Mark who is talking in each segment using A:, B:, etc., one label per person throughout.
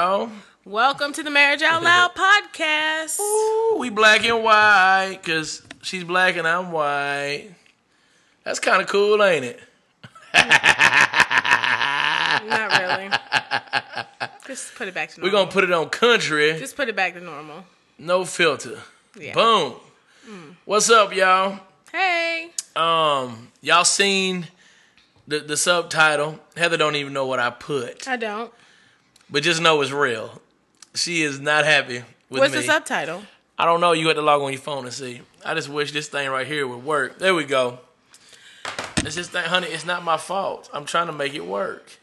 A: Oh,
B: Welcome to the Marriage Out Loud podcast.
A: ooh, we black and white because she's black and I'm white. That's kind of cool, ain't it?
B: Not really. Just put it back to
A: We're
B: normal.
A: gonna put it on country,
B: Just put it back to normal.
A: no filter.
B: Yeah. Mm.
A: Boom. What's up, y'all?
B: Hey.
A: Um, y'all seen the the subtitle? Heather don't even know what I put,
B: I don't.
A: but just know it's real. She is not happy with
B: What's
A: me.
B: the subtitle?
A: I don't know. You had to log on your phone and see. I just wish this thing right here would work. There we go. It's just that, honey. It's not my fault. I'm trying to make it work.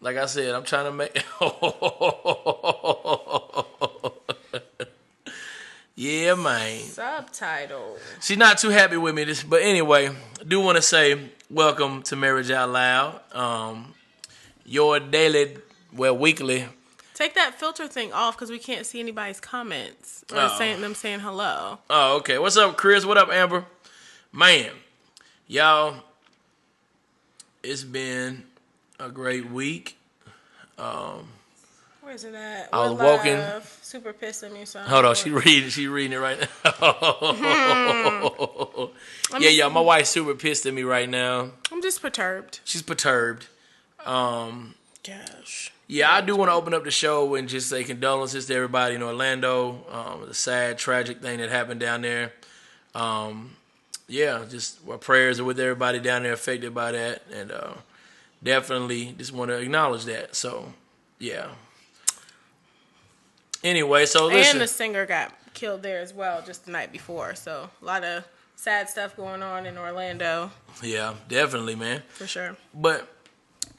A: Like I said, I'm trying to make. yeah, man.
B: Subtitle.
A: She's not too happy with me. This, but anyway, do want to say welcome to Marriage Out Loud. Um, your daily, well, weekly.
B: Take that filter thing off because we can't see anybody's comments or
A: Oh.
B: saying them saying hello.
A: Oh, okay. What's up, Chris? What up, Amber? Man, y'all, it's been a great week.
B: Where's it at?
A: I
B: We're
A: was walking.
B: live. Super pissed at me. So
A: Hold on, she reading. She reading it right now. yeah, yeah. My wife's super pissed at me right now.
B: I'm just perturbed.
A: She's perturbed.
B: Gosh.
A: Yeah, I do want to open up the show and just say condolences to everybody in Orlando. Um, the sad, tragic thing that happened down there. Um, yeah, just our prayers are with everybody down there affected by that, and uh, definitely just want to acknowledge that. So, yeah. Anyway, so listen,
B: And the singer got killed there as well just the night before. So a lot of sad stuff going on in Orlando
A: yeah, definitely, man.
B: for sure.
A: But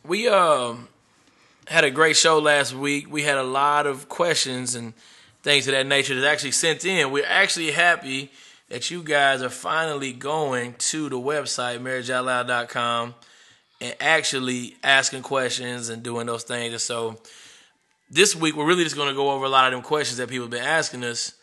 A: we um had a great show last week. We had a lot of questions and things of that nature that actually sent in. We're actually happy that you guys are finally going to the website marriageoutloud.com and actually asking questions and doing those things. And so this week we're really just going to go over a lot of them questions that people have been asking us.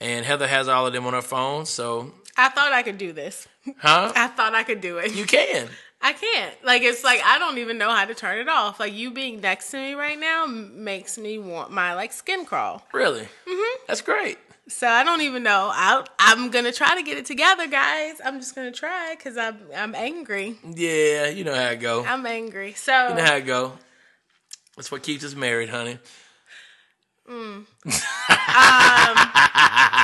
A: And Heather has all of them on her phone. So,
B: I thought I could do this.
A: huh?
B: I thought I could do it.
A: You can.
B: I can't. Like it's like I don't even know how to turn it off. Like you being next to me right now m- makes me want my like skin crawl.
A: Really? Mm-hmm. That's great.
B: So I don't even know. I I'm gonna try to get it together, guys. I'm just gonna try because I'm I'm angry.
A: Yeah, you know how it go.
B: I'm angry. So
A: You know how it go. That's what keeps us married, honey.
B: So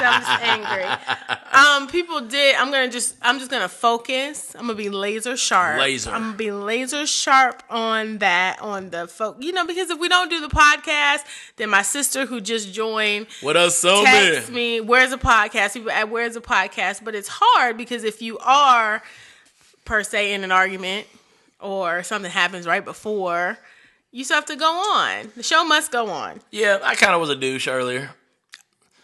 B: I'm just angry. Um, people did. I'm gonna just. I'm just gonna focus. I'm gonna be laser sharp.
A: Laser.
B: I'm gonna be laser sharp on that. On the folk. You know, because if we don't do the podcast, then my sister who just joined
A: What up, so
B: text
A: Oh, man?
B: me. Where's the podcast? People at Where's the podcast? But it's hard because if you are per se in an argument or something happens right before, you still have to go on. The show must go on.
A: Yeah, I kind of was a douche earlier.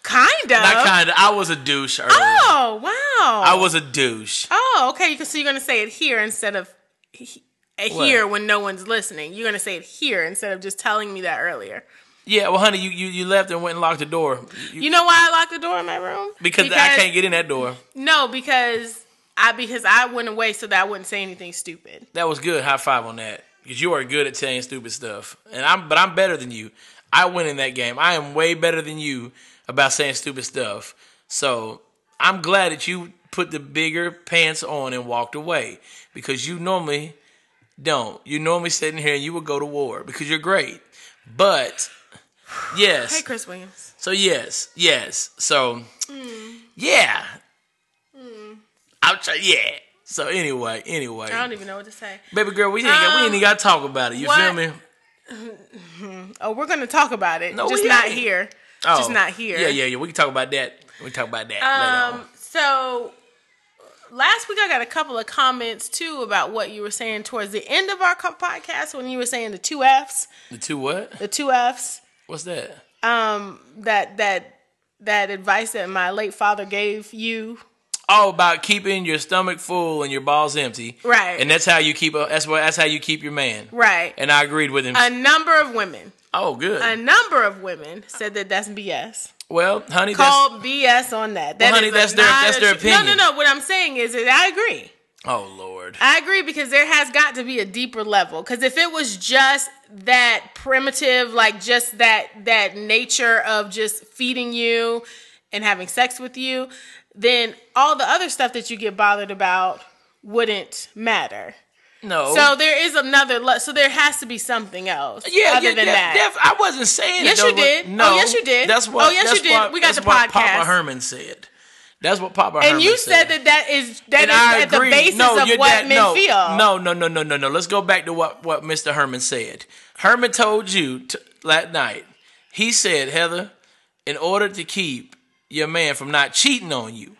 B: Kind of.
A: Not kind of. I was a douche earlier.
B: Oh wow.
A: I was a douche.
B: Oh, okay. You can, so you're gonna say it here instead of he-
A: What?
B: here when no one's listening. You're gonna say it here instead of just telling me that earlier.
A: Yeah, well, honey, you, you, you left and went and locked the door You-
B: You know why I locked the door in my room?
A: because, I can't get in that door.
B: No, because I because I went away so that I wouldn't say anything stupid.
A: That was good. High five on that because you are good at saying stupid stuff, and I'm but I'm better than you. I win in that game. I am way better than you about saying stupid stuff. So I'm glad that you put the bigger pants on and walked away because you normally don't. You normally sitting here and you would go to war because you're great. But yes,
B: Hey, Chris Williams.
A: so yes, yes. So yeah, I'll try. Yeah. So anyway, anyway.
B: I don't even know what to say.
A: Baby girl, we ain't, got, we ain't even got to talk about it. You
B: Um, what?
A: feel me?
B: Oh, we're gonna talk about it.
A: No,
B: just
A: we
B: not
A: ain't.
B: here.
A: Oh.
B: Just not here.
A: Yeah, yeah, yeah. We can talk about that. We can talk about that later
B: Um,
A: on.
B: so last week I got a couple of comments too about what you were saying towards the end of our co- podcast when you were saying the two Fs,
A: The two what?
B: the two Fs,
A: What's that?
B: um, that that that advice that my late father gave you.
A: Oh, about keeping your stomach full and your balls empty.
B: Right.
A: And that's how you keep. A, that's what. That's how you keep your man.
B: Right.
A: And I agreed with him.
B: a number of women,
A: oh, good.
B: a number of women said that that's BS.
A: well, honey, that's,
B: Called BS on that. That
A: honey,
B: is a
A: that's their-
B: not
A: that's
B: a
A: their
B: tr- No,
A: opinion.
B: no, no. What I'm saying is that I agree.
A: Oh Lord.
B: I agree because there has got to be a deeper level. Because if it was just that primitive, like just that that nature of just feeding you and having sex with you, then all the other stuff that you get bothered about wouldn't matter.
A: No.
B: So there is another. Le- so there has to be something else.
A: yeah,
B: other
A: yeah,
B: than
A: yeah,
B: that.
A: def- I wasn't saying
B: Yes,
A: it. though,
B: you
A: but-
B: did. Oh,
A: No,
B: yes, you did.
A: That's what.
B: Oh, yes,
A: that's
B: you did.
A: what-
B: We got
A: that's
B: the
A: what
B: podcast.
A: Papa Herman said. That's what Papa Herman
B: and you
A: said
B: said that that is that
A: and
B: is
A: I
B: at
A: agree.
B: the basis
A: no,
B: of
A: your
B: what
A: dad,
B: men
A: no,
B: feel.
A: No, no, no, no, no, no. Let's go back to what what Mr. Herman said. Herman told you t- that night. He said, Heather, in order to keep your man from not cheating on you,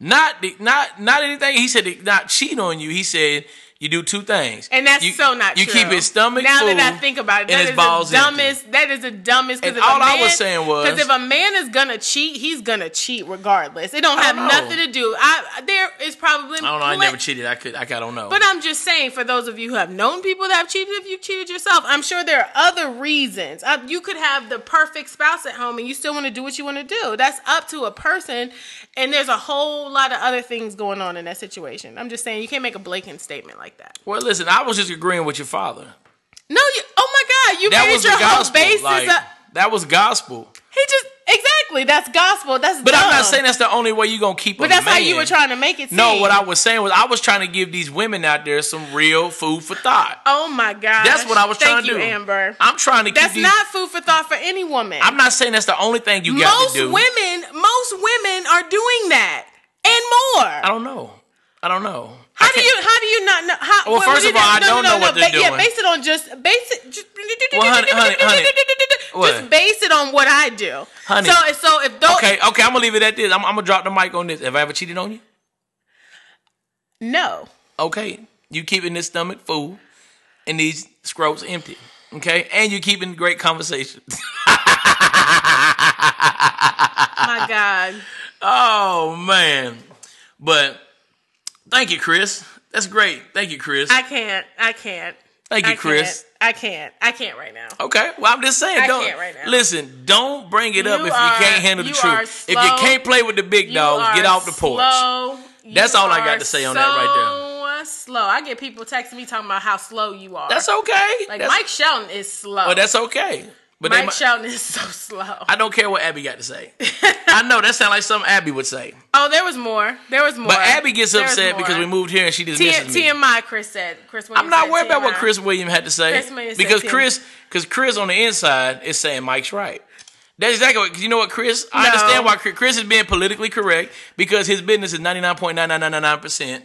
A: not the- not not anything. He said to not cheat on you. He said. You do two things,
B: And that's
A: you,
B: so not
A: You
B: true.
A: keep his stomach
B: Now
A: full
B: that I think about it,
A: and
B: that
A: his
B: is
A: balls
B: the
A: empty.
B: dumbest. That is the dumbest.
A: And all I was saying was-
B: because if a man is gonna cheat, he's gonna cheat regardless. It don't
A: I
B: have
A: don't know.
B: nothing to do. I there is probably
A: I don't know. I never cheated. I could. I, I don't know.
B: But I'm just saying, for those of you who have known people that have cheated, if you cheated yourself, I'm sure there are other reasons. Uh, you could have the perfect spouse at home and you still want to do what you want to do. That's up to a person, and there's a whole lot of other things going on in that situation. I'm just saying, you can't make a blatant statement like that.
A: well, listen. I was just agreeing with your father.
B: No, you, oh my God, you
A: That
B: made
A: was
B: your
A: the
B: whole
A: gospel.
B: basis.
A: Like,
B: up-
A: that was gospel.
B: he just exactly that's gospel. That's
A: But I'm not
B: dumb.
A: saying that's the only way you're gonna keep.
B: But that's how you were trying to make it. Seem.
A: No, what I was saying was I was trying to give these women out there some real food for thought.
B: Oh my God,
A: That's what I was trying
B: Thank
A: to
B: you,
A: do,
B: Amber.
A: I'm trying to keep.
B: that's
A: these,
B: not food for thought for any woman.
A: I'm not saying that's the only thing you got
B: most
A: to do.
B: women most women are doing that and
A: I
B: more
A: don't know. I don't know. I
B: how do
A: can't-
B: you how do you not know how
A: Well, first
B: do
A: of
B: you-
A: all, I don't know what they're
B: ba- yeah
A: doing.
B: base it on just base it just,
A: Well, honey, honey, honey.
B: just
A: What?
B: base it on what i do
A: Honey.
B: so so if those
A: Okay, okay. I'm gonna leave it at this. I'm, I'm gonna drop the mic on this. Have I ever cheated on you?
B: no
A: Okay, you keeping this stomach full and these scrotes empty. Okay, and you keeping great conversation.
B: my god
A: oh man, but thank you, Chris. That's great. Thank you, Chris.
B: i can't i can't
A: Thank you,
B: I
A: Chris.
B: can't, i can't i can't right now
A: Okay. Well, I'm just saying.
B: I
A: don't
B: can't right now.
A: listen. Don't bring it up
B: You
A: if you
B: are-
A: can't handle the
B: you
A: truth.
B: are
A: If you
B: slow.
A: can't play with the big
B: You
A: dogs, get
B: are
A: off the porch.
B: slow. You
A: That's all I got
B: are
A: to say on that right
B: so Slow. I get people texting me talking about how slow you are.
A: That's okay.
B: Like
A: that's,
B: Mike Shelton is slow.
A: Well, that's okay. But they
B: Mike
A: might-
B: Shelton is so slow.
A: I don't care what Abby got to say. I know that sounds like something Abby would say.
B: oh, there was more. There was more.
A: But Abby gets
B: There was
A: upset
B: more.
A: because we moved here and she just
B: T-
A: misses me.
B: TMI. Chris said. Chris. Williams
A: I'm not
B: said
A: worried about what
B: TMI.
A: Chris William had to say
B: Chris Williams said
A: because
B: too.
A: Chris, because Chris on the inside is saying Mike's right. That's exactly what. 'cause You know what, Chris? I
B: No.
A: understand why Chris, Chris is being politically correct because his business is 99.9999 percent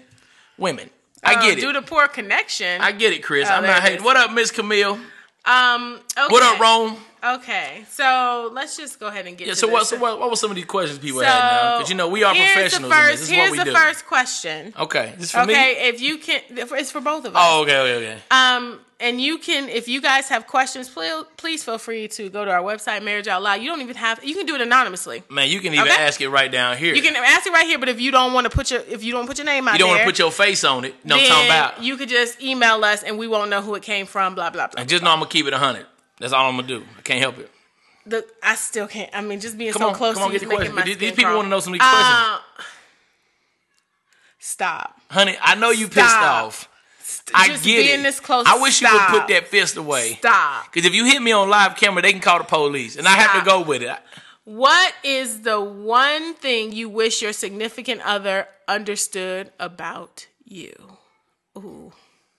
A: women. I
B: Oh,
A: get
B: Due
A: it.
B: to poor connection.
A: I get it, Chris.
B: Oh,
A: I'm
B: there
A: not
B: it
A: hating.
B: is.
A: What up, Miss Camille?
B: um. Okay.
A: What up, Rome?
B: Okay. So let's just go ahead and get.
A: Yeah.
B: to
A: So what?
B: this.
A: So what? What were some of these questions people had now? Because you know we are
B: here's
A: professionals.
B: The
A: in
B: first,
A: this. This is
B: here's
A: what we
B: the
A: do.
B: first question.
A: Okay. This is for me.
B: Okay. If you can, it's for both of us.
A: Oh, okay, okay, okay.
B: Um, and you can, if you guys have questions, please, please feel free to go to our website, Marriage Out Loud. You don't even have, you can do it anonymously.
A: Man, you can even
B: okay.
A: ask it right down here.
B: You can ask it right here, but if you don't want to put your, if you don't put your name out
A: You don't want
B: there,
A: to put your face on it. No, I'm
B: then
A: talking about.
B: you could just email us and we won't know who it came from. Blah blah blah.
A: I just know I'm gonna keep it hundred. That's all I'm gonna do. I can't help it.
B: The, I still can't. I mean, just being
A: Come
B: so
A: on,
B: close
A: come on,
B: to
A: get
B: you
A: the
B: is making
A: question.
B: my
A: These- these
B: skin
A: people
B: crawl.
A: wanna know some of these questions.
B: Uh, stop.
A: Honey, I know you pissed
B: Stop.
A: off. I
B: just
A: get
B: being
A: it.
B: this close.
A: I wish you
B: Stop.
A: would put that fist away.
B: Stop.
A: Because if you hit me on live camera, they can call the police, and I have
B: Stop.
A: to go with it. I-
B: What is the one thing you wish your significant other understood about you? Ooh.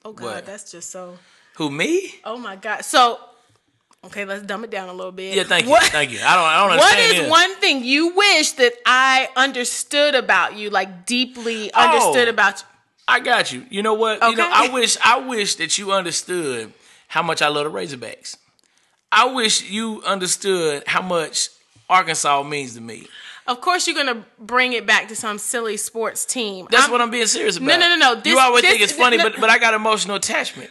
B: Oh god,
A: What?
B: that's just so
A: Who me?
B: Oh my god. So okay, let's dumb it down a little bit.
A: Yeah, thank you,
B: What-
A: thank you. I don't, I don't
B: What
A: understand.
B: is
A: this.
B: one thing you wish that I understood about you, like deeply
A: Oh.
B: understood about you?
A: I got you. You know what? You know, I
B: Okay.
A: wish, I wish that you understood how much I love the Razorbacks. I wish you understood how much Arkansas means to me.
B: Of course, you're gonna bring it back to some silly sports team.
A: That's
B: I'm-
A: what I'm being serious about.
B: no, no, no. This-
A: you always
B: this-
A: think it's funny,
B: no-
A: but but I got emotional attachment.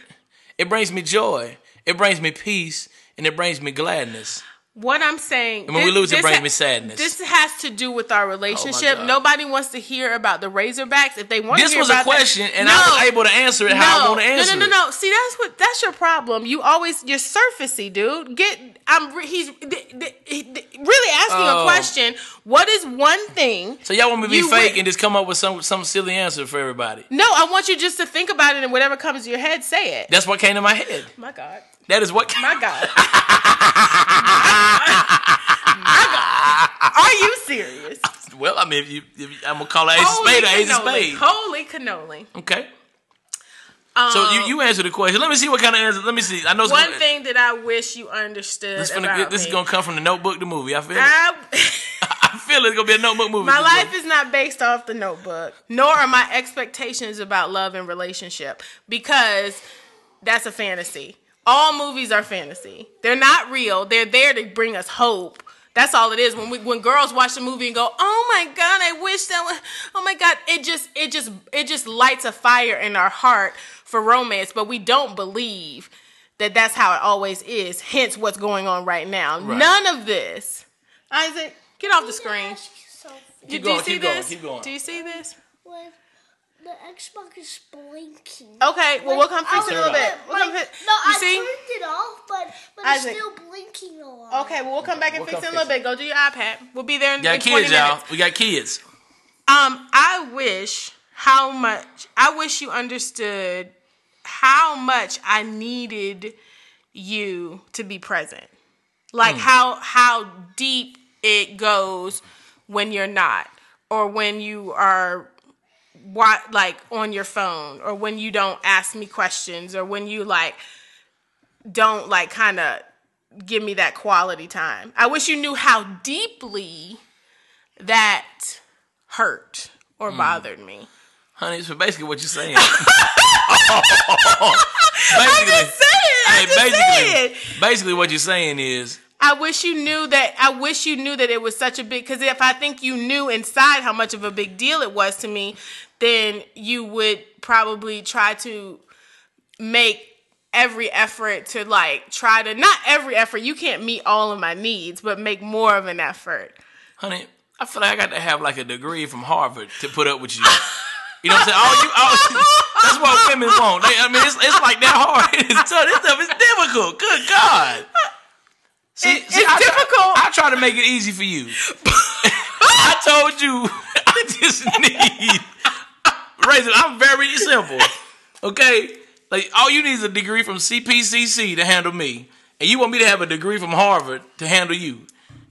A: It brings me joy. It brings me peace, and it brings me gladness.
B: What I'm saying,
A: And when we
B: thi-
A: lose, it
B: this
A: brings
B: ha-
A: me sadness. Oh
B: This has to do with our relationship.
A: God.
B: Nobody wants to hear about the Razorbacks. If they want
A: This
B: to hear
A: was
B: about
A: a
B: that-
A: question, and
B: No.
A: I was able to answer it how I want to answer
B: No, no, no,
A: it.
B: no. See, that's what that's your problem. You always you're surfacey, dude. Get I'm re- he's th- th- th- really asking
A: Oh.
B: a question. What is one thing?
A: So y'all want me to be
B: You
A: fake
B: went-
A: and just come up with some some silly answer for everybody.
B: No, I want you just to think about it and whatever comes to your head, say it.
A: That's what came to my head.
B: My God.
A: That is what came.
B: My God. My God. Are you serious?
A: Well, I mean, if you, if you, I'm gonna call it ace of
B: Holy
A: spade, or ace of
B: cannoli.
A: spade.
B: Holy cannoli.
A: Okay.
B: Um,
A: So you, you answer the question. Let me see what kind of answer. Let me see. I know it's
B: one
A: gonna,
B: thing that I wish you understood
A: This, finna
B: about
A: get- this
B: me.
A: is gonna come from the Notebook, the movie. I feel. it.
B: I,
A: I feel it's gonna be a Notebook movie.
B: My life is not based off the notebook, nor are my expectations about love and relationship because that's a fantasy. All movies are fantasy. They're not real. They're there to bring us hope. That's all it is. When we when girls watch a movie and go, "Oh my god, I wish that was Oh my god, it just it just it just lights a fire in our heart for romance, but we don't believe that that's how it always is. Hence what's going on right now.
A: Right.
B: None of this. Isaac, get off the screen.
C: Sophie,
B: You-
A: Keep
B: do you
A: going,
B: see
A: keep going,
B: this?
A: keep going.
B: Do you see this?
C: with the Xbox is blinking.
B: Okay, well, we'll come
C: I
B: fix it in a little
C: was-
B: bit. We'll come
C: like,
B: fix-
C: no,
B: you
C: I
B: see?
C: turned it off, but, but it's
B: Isaac.
C: still blinking a lot.
B: Okay, well, we'll come back and
A: We'll
B: fix it
A: come
B: in a little bit. Go do your iPad. We'll be there in,
A: Got
B: in 20
A: kids, y'all.
B: minutes.
A: We got kids.
B: Um, I wish how much, I wish you understood how much I needed you to be present. Like how, how deep it goes when you're not or when you are wa- like on your phone or when you don't ask me questions or when you like don't like kind of give me that quality time. I wish you knew how deeply that hurt
A: Mm.
B: or bothered me.
A: Honey, it's basically what you're saying. basically,
B: I'm just saying.
A: hey,
B: I'm just saying.
A: basically, basically what you're saying is
B: I wish you knew that. I wish you knew that it was such a big. Because if I think you knew inside how much of a big deal it was to me, then you would probably try to make every effort to like try to not every effort. You can't meet all of my needs, but make more of an effort.
A: honey, I feel like I got to have like a degree from Harvard to put up with you. You know what I'm saying? All you, all, that's what women want. They, I mean, it's, it's like that hard. It's tough. This stuff is difficult. Good God. See,
B: It-
A: see,
B: it's
A: I try-
B: difficult.
A: I try to make it easy for you. I told you, I just need. Razor, I'm very simple. Okay? Like, all you need is a degree from CPCC to handle me. And you want me to have a degree from Harvard to handle you.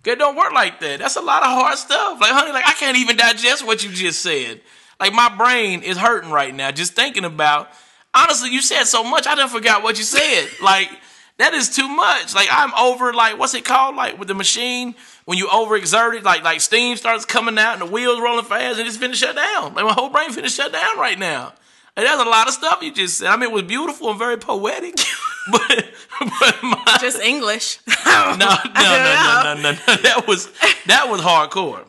A: It don't work like that. That's a lot of hard stuff. Like, honey, like, I can't even digest what you just said. Like, my brain is hurting right now just thinking about. Honestly, you said so much, I done forgot what you said. Like, that is too much. Like, I'm over, like, what's it called? Like, with the machine, when you overexert it, like, like steam starts coming out and the wheels rolling fast and it's finna shut down. Like, my whole brain finna shut down right now. And that's a lot of stuff you just said. I mean, it was beautiful and very poetic, but, but my,
B: Just English.
A: no, no, no, no, no, no, no. That was that was hardcore.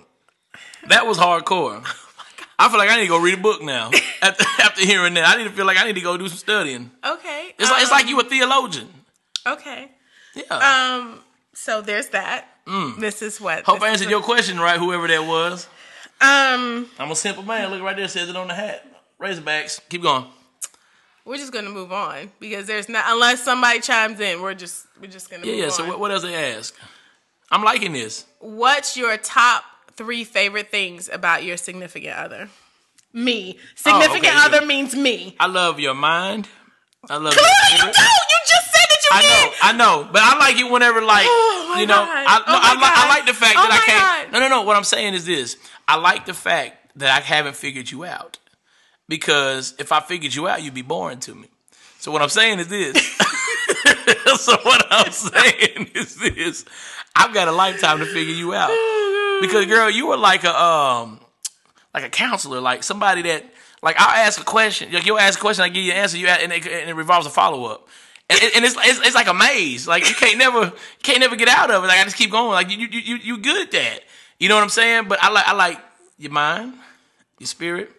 A: That was hardcore. I feel like I need to go read a book now. After, after hearing that, I need to feel like I need to go do some studying.
B: Okay.
A: It's like it's like you a theologian.
B: Okay.
A: Yeah.
B: Um. So there's that. This is what.
A: Mm. Hope
B: this
A: I
B: is
A: answered your question right, whoever that was.
B: what- Um.
A: I'm a simple man. Look right there, says it on the hat. Razorbacks. Keep going.
B: We're just gonna move on because there's not unless somebody chimes in. We're just we're just gonna
A: Yeah,
B: move
A: yeah.
B: on.
A: So what, what else they ask? I'm liking this.
B: What's your top three favorite things about your significant other? Oh, Me. Significant
A: okay,
B: other
A: good.
B: means me.
A: I love your mind. I love
B: No,
A: your
B: you
A: spirit.
B: don't. You just said that you
A: I
B: did.
A: know, I know, but I like it whenever, like,
B: Oh, my
A: you know,
B: God.
A: I, no,
B: Oh,
A: I,
B: my
A: li- I
B: God.
A: like the fact
B: Oh,
A: that I
B: my
A: can't.
B: God.
A: No, no, no. What I'm saying is this: I like the fact that I haven't figured you out because if I figured you out, you'd be boring to me. So what I'm saying is this. so what I'm saying is this: I've got a lifetime to figure you
B: Oh,
A: out because, girl, you were like a um, like a counselor, like somebody that like I'll ask a question, like you'll ask a question, I give you an answer, you ask, and, it, and it revolves a follow up, and, and it's, it's it's like a maze, like you can't never you can't never get out of it. Like I just keep going, like you you you you good at that, you know what I'm saying? But I like I like your mind, your spirit,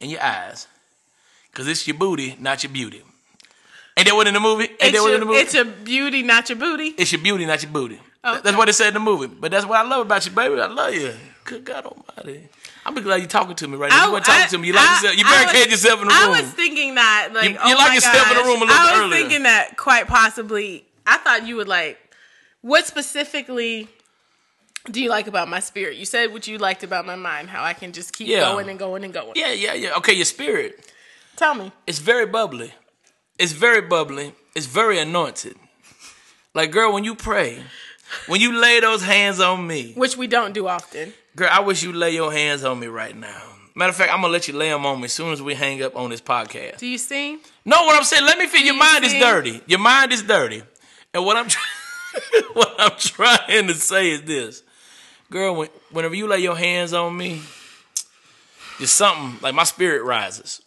A: and your eyes, cause it's your booty, not your beauty. Ain't that what in the movie? Ain't
B: It's
A: that what
B: your,
A: in the movie?
B: it's your beauty, not your booty.
A: It's your beauty, not your booty.
B: Okay.
A: That's what it said in the movie. But that's what I love about you, baby. I love you. Good God Almighty. I'm glad you're talking to me right now.
B: I-
A: You weren't talking
B: Oh, I-
A: to me. You like
B: I-
A: yourself. You
B: I
A: barricaded
B: was-
A: yourself in the
B: I
A: room.
B: was thinking that, like,
A: you
B: oh
A: like
B: my
A: yourself in the
B: gosh.
A: room a little
B: I
A: bit
B: was
A: earlier.
B: thinking that quite possibly. I thought you would like. What specifically do you like about my spirit? You said what you liked about my mind, how I can just keep
A: Yeah.
B: going and going and going.
A: yeah, yeah, yeah. Okay, your spirit.
B: Tell me.
A: It's very bubbly. It's very bubbly. It's very anointed. Like, girl, when you pray, when you lay those hands on me,
B: Which we don't do often.
A: Girl, I wish you lay your hands on me right now. Matter of fact, I'm gonna let you lay them on me as soon as we hang up on this podcast.
B: Do you sing?
A: No, what I'm saying, let me feel your
B: you
A: mind is
B: see?
A: dirty. Your mind is dirty, and what I'm trying, what I'm trying to say is this, girl. When, whenever you lay your hands on me, there's something like my spirit rises,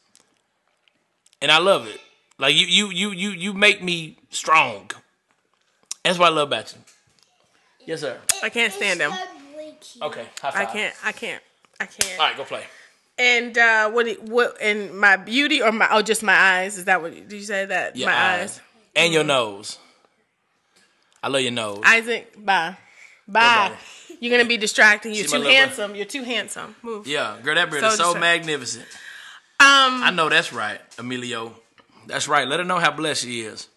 A: and I love it. Like you, you, you, you, you make me strong. That's what I love about you. Yes, sir.
B: I can't stand them.
C: It's not breaking.
A: Okay, high five.
B: I can't. I can't. I can't.
A: All right, go play.
B: And uh, what? it- What? And my beauty or my? Oh, just my eyes. Is that what? Did you say that?
A: Your
B: my
A: eyes. And your nose. I love your nose.
B: Isaac, bye. Bye.
A: Bye-bye.
B: You're gonna be distracting. You're
A: See my
B: too
A: little bro-
B: handsome. You're too handsome. Move.
A: yeah, girl, that bread is so
B: So distra-
A: magnificent.
B: Um,
A: I know that's right, Emilio. That's right. Let her know how blessed she is.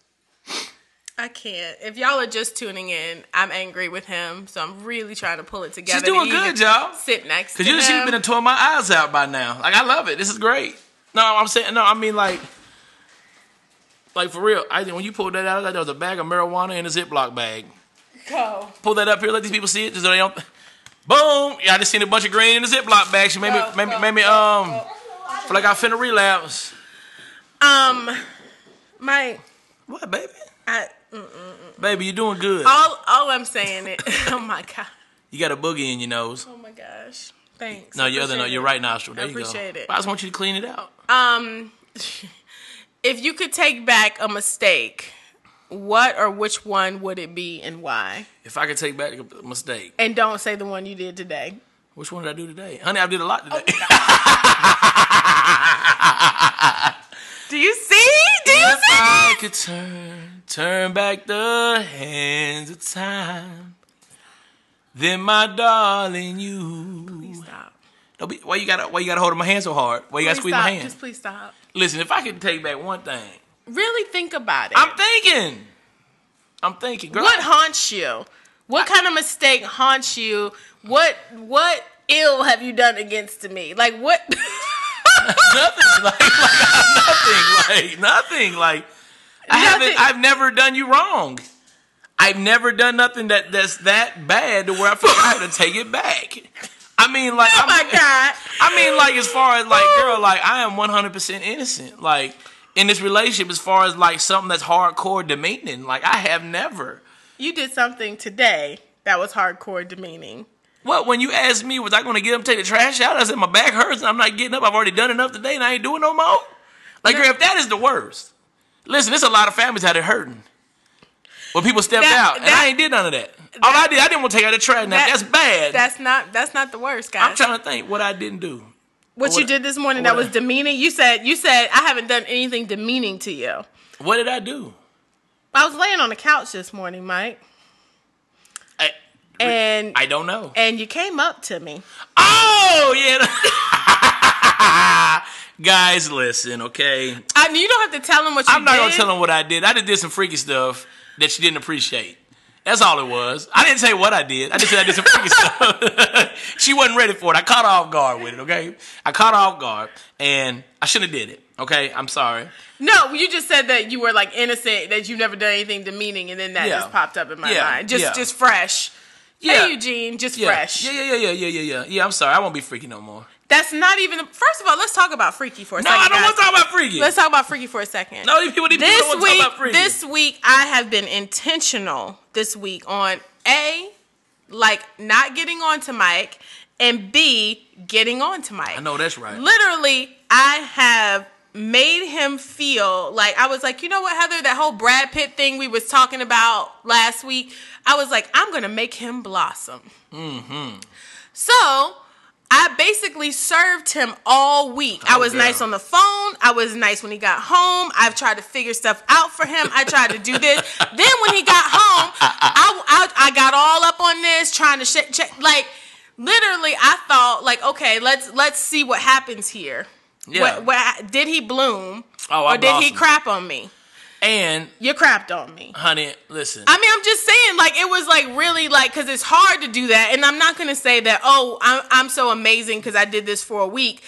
B: I can't. If y'all are just tuning in, I'm angry with him, so I'm really trying to pull it together.
A: She's doing
B: to
A: good,
B: even
A: y'all.
B: Sit next to
A: Cause you
B: him.
A: should have been and um, tore my eyes out by now. Like I love it. This is great. No, I'm saying no. I mean like, like for real. I think when you pulled that out, I thought there was a bag of marijuana in a Ziploc bag.
B: Go.
A: Pull that up here. Let these people see it. Just so they don't. Boom! Yeah, I just seen a bunch of green in a Ziploc bag. She made me,
B: Go,
A: made me,
B: go,
A: made me,
B: go,
A: um,
B: go.
A: feel like I finna relapse.
B: Um, my
A: What, baby? Uh,
B: I, mm.
A: Baby, you're doing good.
B: all all I'm saying is, oh my god,
A: You got a boogie in your nose.
B: oh my gosh, thanks.
A: No, your other, no,
B: Appreciate
A: your
B: it.
A: right nostril. There
B: I
A: you go.
B: appreciate it.
A: But I just want you to clean it out.
B: Um, if you could take back a mistake, what or which one would it be and why?
A: If I could take back a mistake,
B: And don't say the one you did today.
A: which one did I do today, honey? I did a lot today.
B: Oh, Do you see? Do you
A: if
B: see?
A: I could turn, turn back the hands of time, then my darling, you.
B: Stop.
A: Don't be, why you gotta, why you gotta hold my hand so hard? Why you
B: Please
A: gotta squeeze
B: stop.
A: my hand?
B: Just please stop.
A: Listen, if I could take back one thing,
B: Really think about it.
A: I'm thinking, I'm thinking, girl.
B: what haunts you? What kind of mistake haunts you? What what ill have you done against me? Like what? Oh
A: nothing, like, like nothing, like nothing, like I haven't.
B: Nothing.
A: I've never done you wrong. I've never done nothing that that's that bad to where I feel like I have to take it back. I mean, like,
B: oh my
A: I'm-
B: god! Oh.
A: I mean, like, as far as like, girl, like, I am one hundred percent innocent. Like in this relationship, as far as like something that's hardcore demeaning, like I have never.
B: You did something today that was hardcore demeaning.
A: What when you asked me, was I going to get up, take the trash out? I said my back hurts and I'm not getting up. I've already done enough today and I ain't doing no more. Like, girl, if that is the worst, listen, there's a lot of families out there hurting. When people stepped
B: That-
A: out and
B: that-
A: I ain't did none of that. All I did, I didn't want to take out the trash. Now
B: That-
A: that's bad.
B: That's not that's not the worst, guys.
A: I'm trying to think what I didn't do.
B: what, you
A: what-
B: did this morning
A: what
B: that was
A: I-
B: demeaning. You said you said I haven't done anything demeaning to you.
A: What did I do?
B: I was laying on the couch this morning, Mike,
A: I,
B: and
A: I don't know.
B: and you came up to me.
A: Oh yeah. Guys, listen, okay.
B: I you don't have to tell him what you
A: I'm not
B: did.
A: gonna tell them what I did. I just did some freaky stuff that she didn't appreciate. That's all it was. I didn't say what I did. I just said I did some freaky stuff. she wasn't ready for it. I caught her off guard with it. Okay, I caught her off guard, and I shouldn't have did it. Okay, I'm sorry.
B: No, you just said that you were like innocent, that you've never done anything demeaning, and then that
A: Yeah.
B: just popped up in my
A: Yeah,
B: mind. Just
A: yeah.
B: just fresh.
A: Yeah,
B: Hey Eugene, just
A: yeah.
B: fresh.
A: Yeah, yeah, yeah, yeah, yeah, yeah, yeah. Yeah, I'm sorry. I won't be freaky no more.
B: That's not even first of all, let's talk about freaky for a
A: No,
B: second.
A: I don't
B: guys.
A: want to talk about freaky.
B: Let's talk about freaky for a second.
A: no, these people, these people
B: this
A: don't want to talk about
B: week
A: freaky.
B: this week i have been intentional this week on a like not getting on to mike and b getting on to mike
A: I know that's right.
B: literally i have made him feel like i was like you know what heather that whole brad pitt thing we was talking about last
A: Mm-hmm.
B: week i was like i'm gonna make him blossom so I basically served him all week. I
A: Oh,
B: was
A: girl.
B: nice on the phone. I was nice when he got home. I've tried to figure stuff out for him. I tried to do this. then when he got home, I, I I got all up on this trying to sh- check like literally I thought like okay, let's let's see what happens here.
A: Yeah.
B: What, what did he bloom
A: Oh,
B: or
A: I
B: did he
A: blossomed.
B: crap on me?
A: And
B: You crapped on me.
A: honey, listen.
B: I mean, I'm just saying, like, it was like really like because it's hard to do that, and I'm not gonna say that. Oh, I'm I'm so amazing because I did this for a week,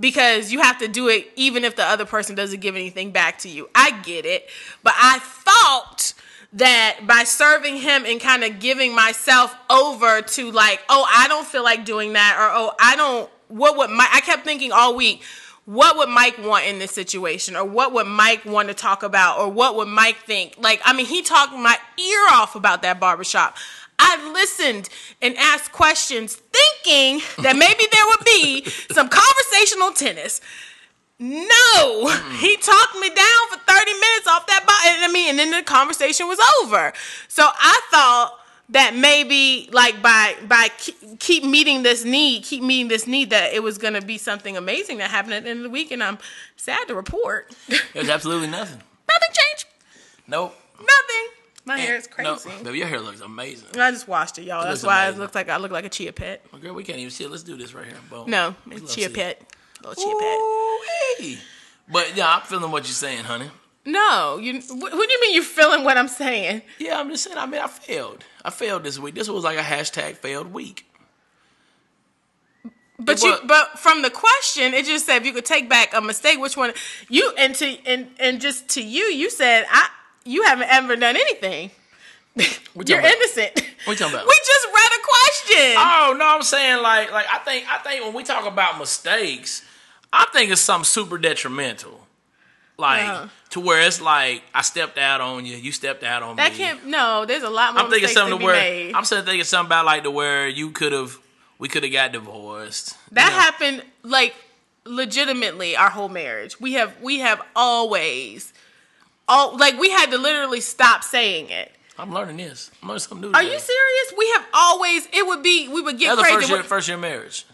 B: because you have to do it even if the other person doesn't give anything back to you. I get it, but I thought that by serving him and kind of giving myself over to like, oh, I don't feel like doing that, or oh, I don't. What would my? I kept thinking all week. What would Mike want in this situation, or what would Mike want to talk about, or what would Mike think? Like, I mean, he talked my ear off about that barbershop. I listened and asked questions, thinking that maybe there would be some conversational tennis. No, he talked me down for 30 minutes off that body. I mean, and then the conversation was over. So I thought that maybe like by by keep, keep meeting this need, keep meeting this need that it was going to be something amazing that happened at the end of the week and I'm sad to report. Nothing
A: There's absolutely nothing.
B: changed.
A: Nope.
B: Nothing. My hair is
A: No,
B: crazy.
A: baby, your hair looks amazing.
B: I just washed it, y'all. That's
A: looks
B: why
A: amazing.
B: it looks like I look like a chia pet.
A: Well, Girl, we can't even see it. Let's do this right here. Boom.
B: No, it's
A: Let's
B: chia
A: see.
B: pet. Little chia pet.
A: Ooh-wee. But yeah, I'm feeling what you're saying, honey.
B: No, you. Wh- what do you mean you feeling what I'm saying?
A: Yeah, I'm just saying. I mean, I failed. I failed this week. This was like a hashtag failed week.
B: But
A: It
B: you,
A: was-
B: but from the question, it just said if you could take back a mistake, which one you and to and and just to you, you said I you haven't ever done anything. You're
A: about?
B: innocent.
A: What you talking about?
B: We just read a question.
A: Oh no, I'm saying like like I think I think when we talk about mistakes, I think it's something super detrimental. Like
B: Uh-huh.
A: to where it's like I stepped out on you, you stepped out on
B: that
A: me.
B: can't. No, there's a lot more.
A: I'm thinking something to
B: to be
A: where
B: made.
A: I'm saying thinking something about like to where you could have we could have got divorced. you
B: That
A: know?
B: happened like legitimately our whole marriage. We have we have always all like we had to literally stop saying it.
A: I'm learning this. I'm learning something new.
B: Are you serious? We have always it would be we would get
A: That was the
B: crazy.
A: first year,
B: with-
A: first year of marriage.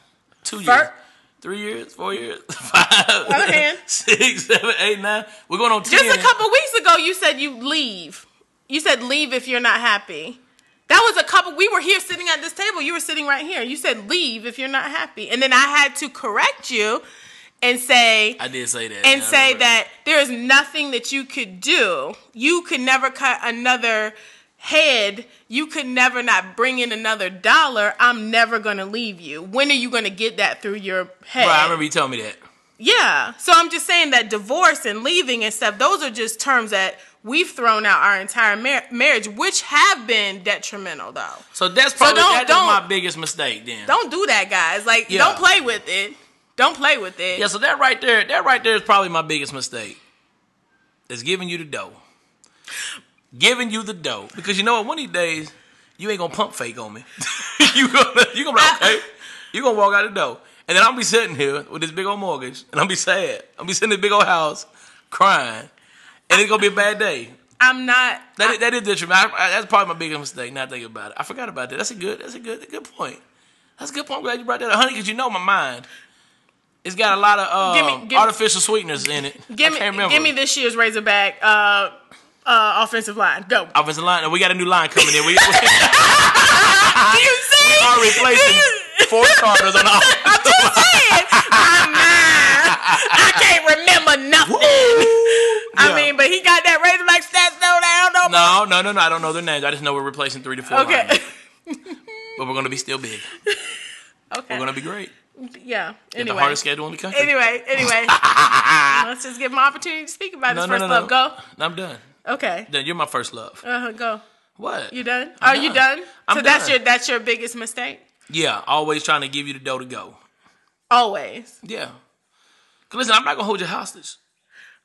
A: Two years.
B: Fir-
A: Three years, four years, five,
B: Other hand.
A: six, seven, eight, nine. We're going on ten.
B: Just a couple weeks ago, you said you leave. You said leave if you're not happy. That was a couple. We were here sitting at this table. You were sitting right here. You said leave if you're not happy, and then I had to correct you and say
A: I did say that.
B: and
A: yeah, I
B: say
A: remember.
B: that there is nothing that you could do. You could never cut another head. You could never not bring in another dollar. I'm never gonna leave you. When are you gonna get that through your head?
A: Right, I remember you telling me that.
B: Yeah. So I'm just saying that divorce and leaving and stuff, those are just terms that we've thrown out our entire mar- marriage, which have been detrimental though.
A: So that's probably
B: don't-
A: that is
B: don't-
A: my biggest mistake then.
B: Don't do that, guys. Like,
A: Yeah.
B: don't play with it. Don't play with it.
A: Yeah, so that right there, that right there is probably my biggest mistake. Is giving you the dough. Giving you the dough. Because you know what, one of these days, you ain't gonna pump fake on me. you gonna you gonna be like, okay. You gonna walk out the door. And then I'll be sitting here with this big old mortgage and I'll be sad. I'll be sitting in this big old house crying. And it's gonna be a bad day.
B: I'm not.
A: That is, that is detrimental. I, I- that's probably my biggest mistake. Not thinking about it. I forgot about that. That's a good. That's a good. Good point. That's a good point. I'm glad you brought that up, honey, because you know my mind. It's got a lot of uh,
B: Give me- give-
A: artificial sweeteners in it.
B: Give
A: I can't
B: me,
A: remember.
B: give me this year's Razorback uh, uh, offensive line. Go.
A: offensive line. and We got a new line coming in. We, we
B: do you see?
A: are replacing four starters on
B: I'm
A: offense.
B: just saying. I'm not. I can't remember nothing. I
A: Yeah.
B: mean, but he got that Razorback stats though. I don't know.
A: No, no, no, no. I don't know their names. I just know we're replacing three to four.
B: okay.
A: linemen. but we're gonna be still big.
B: okay.
A: We're gonna be great.
B: Yeah.
A: Get
B: Anyway.
A: The hardest schedule in the country.
B: Anyway, anyway. Let's just give him an opportunity to speak about
A: no,
B: his
A: no,
B: first
A: no, no.
B: love.
A: No, I'm done.
B: Go. Okay.
A: Done. You're my first love.
B: Uh huh. Go.
A: What?
B: You done?
A: I'm
B: Are you done?
A: I'm
B: so that's
A: done.
B: your that's your biggest mistake.
A: Yeah, always trying to give you the dough to go.
B: Always.
A: Yeah. 'Cause listen, I'm not gonna hold you hostage.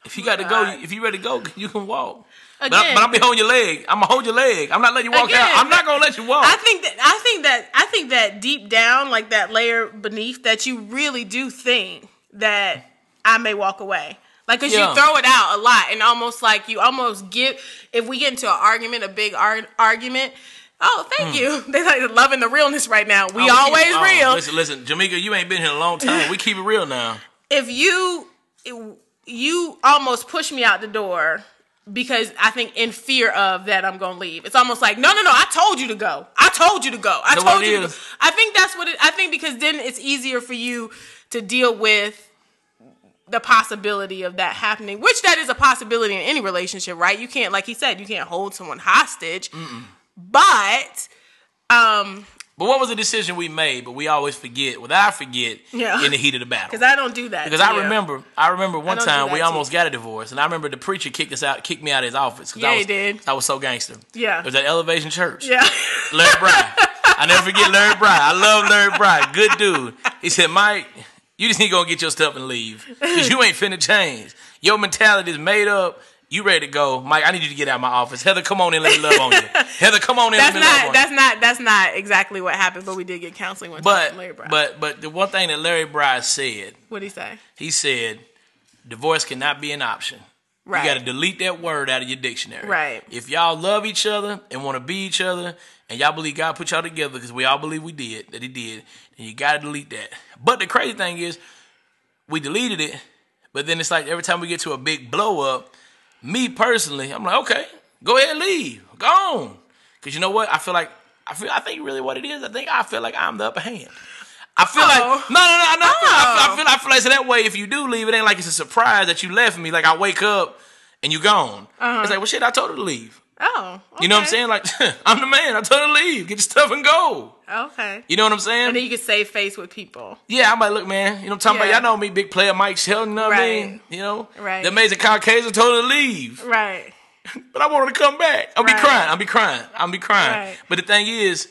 A: If you got to go,
B: God.
A: if you ready to go, you can walk. But, I,
B: Again.
A: but I'm be holding your leg. I'm gonna hold your leg. I'm not letting you walk
B: Again.
A: out. I'm not gonna let you walk.
B: I think that I think that I think that deep down, like that layer beneath, that you really do think that I may walk away. Like, cause
A: Yeah.
B: you throw it out a lot, and almost like you almost give. If we get into an argument, a big ar- argument, Oh, thank you. They like loving the realness right now. We
A: Hmm. Oh,
B: always
A: keep- oh,
B: real.
A: Listen, listen, Jamaica, you ain't been here in a long time. We keep it real now.
B: if you it- you almost pushed me out the door because I think in fear of that I'm gonna leave. It's almost like no, no, no. I told you to go. I told you to go. I
A: That's what
B: told
A: it
B: you. To go.
A: is.
B: I think that's what it. I think because then it's easier for you to deal with the possibility of that happening, which that is a possibility in any relationship, right? You can't, like he said, you can't hold someone hostage, but. Um,
A: But what was the decision we made? But we always forget. Well, I forget
B: Yeah.
A: in the heat of the battle.
B: because I don't do that.
A: Because
B: to
A: I
B: you.
A: remember, I remember one
B: don't do
A: time
B: that
A: we
B: to
A: almost got a divorce, and I remember the preacher kicked us out, kicked me out of his office. 'cause
B: Yeah,
A: I
B: he
A: was,
B: did.
A: I was so gangster.
B: Yeah.
A: it was at Elevation Church.
B: yeah.
A: Larry Bry. I never forget Larry Bry. I love Larry Bry. Good dude. He said, Mike, you just need to go get your stuff and leave. Because you ain't finna change. Your mentality is made up. You ready to go. Mike, I need you to get out of my office. Heather, come on in. Let me love on you. Heather, come on in.
B: that's
A: let me love on
B: not
A: you.
B: that's not that's not exactly what happened, but we did get counseling with
A: but,
B: Larry Brown.
A: but, but the one thing that Larry Bry said,
B: what did he say?
A: he said, divorce cannot be an option.
B: Right.
A: You got to delete that word out of your dictionary.
B: Right.
A: If y'all love each other and want to be each other, and y'all believe God put y'all together because we all believe we did that He did, then you got to delete that. But the crazy thing is, we deleted it, but then it's like every time we get to a big blow up, me personally, I'm like, okay, go ahead, leave, go on, because you know what? I feel like I feel I think really what it is. I think I feel like I'm the upper hand. I feel like
B: Oh.
A: no, no, no, no. I, feel, I
B: Oh.
A: feel I feel like so that way. If you do leave, it ain't like it's a surprise that you left me. Like I wake up and you gone. It's like well, shit. I told her to leave.
B: Oh,
A: You know what I'm
B: Uh-huh. okay.
A: saying? Like I'm the man. I told her to leave. Get your stuff and go.
B: Okay,
A: You know what I'm saying?
B: and then you can save face with people.
A: Yeah, I'm like, look, man, you know what I'm talking
B: Yeah.
A: about? Y'all know me, big player Mike Shelton, you know what I
B: Right.
A: mean? You know?
B: Right.
A: The amazing Caucasian told her to leave.
B: Right,
A: But I want her to come back. I'll be
B: Right.
A: crying. I'll be crying. I'll be crying.
B: Right.
A: But the thing is,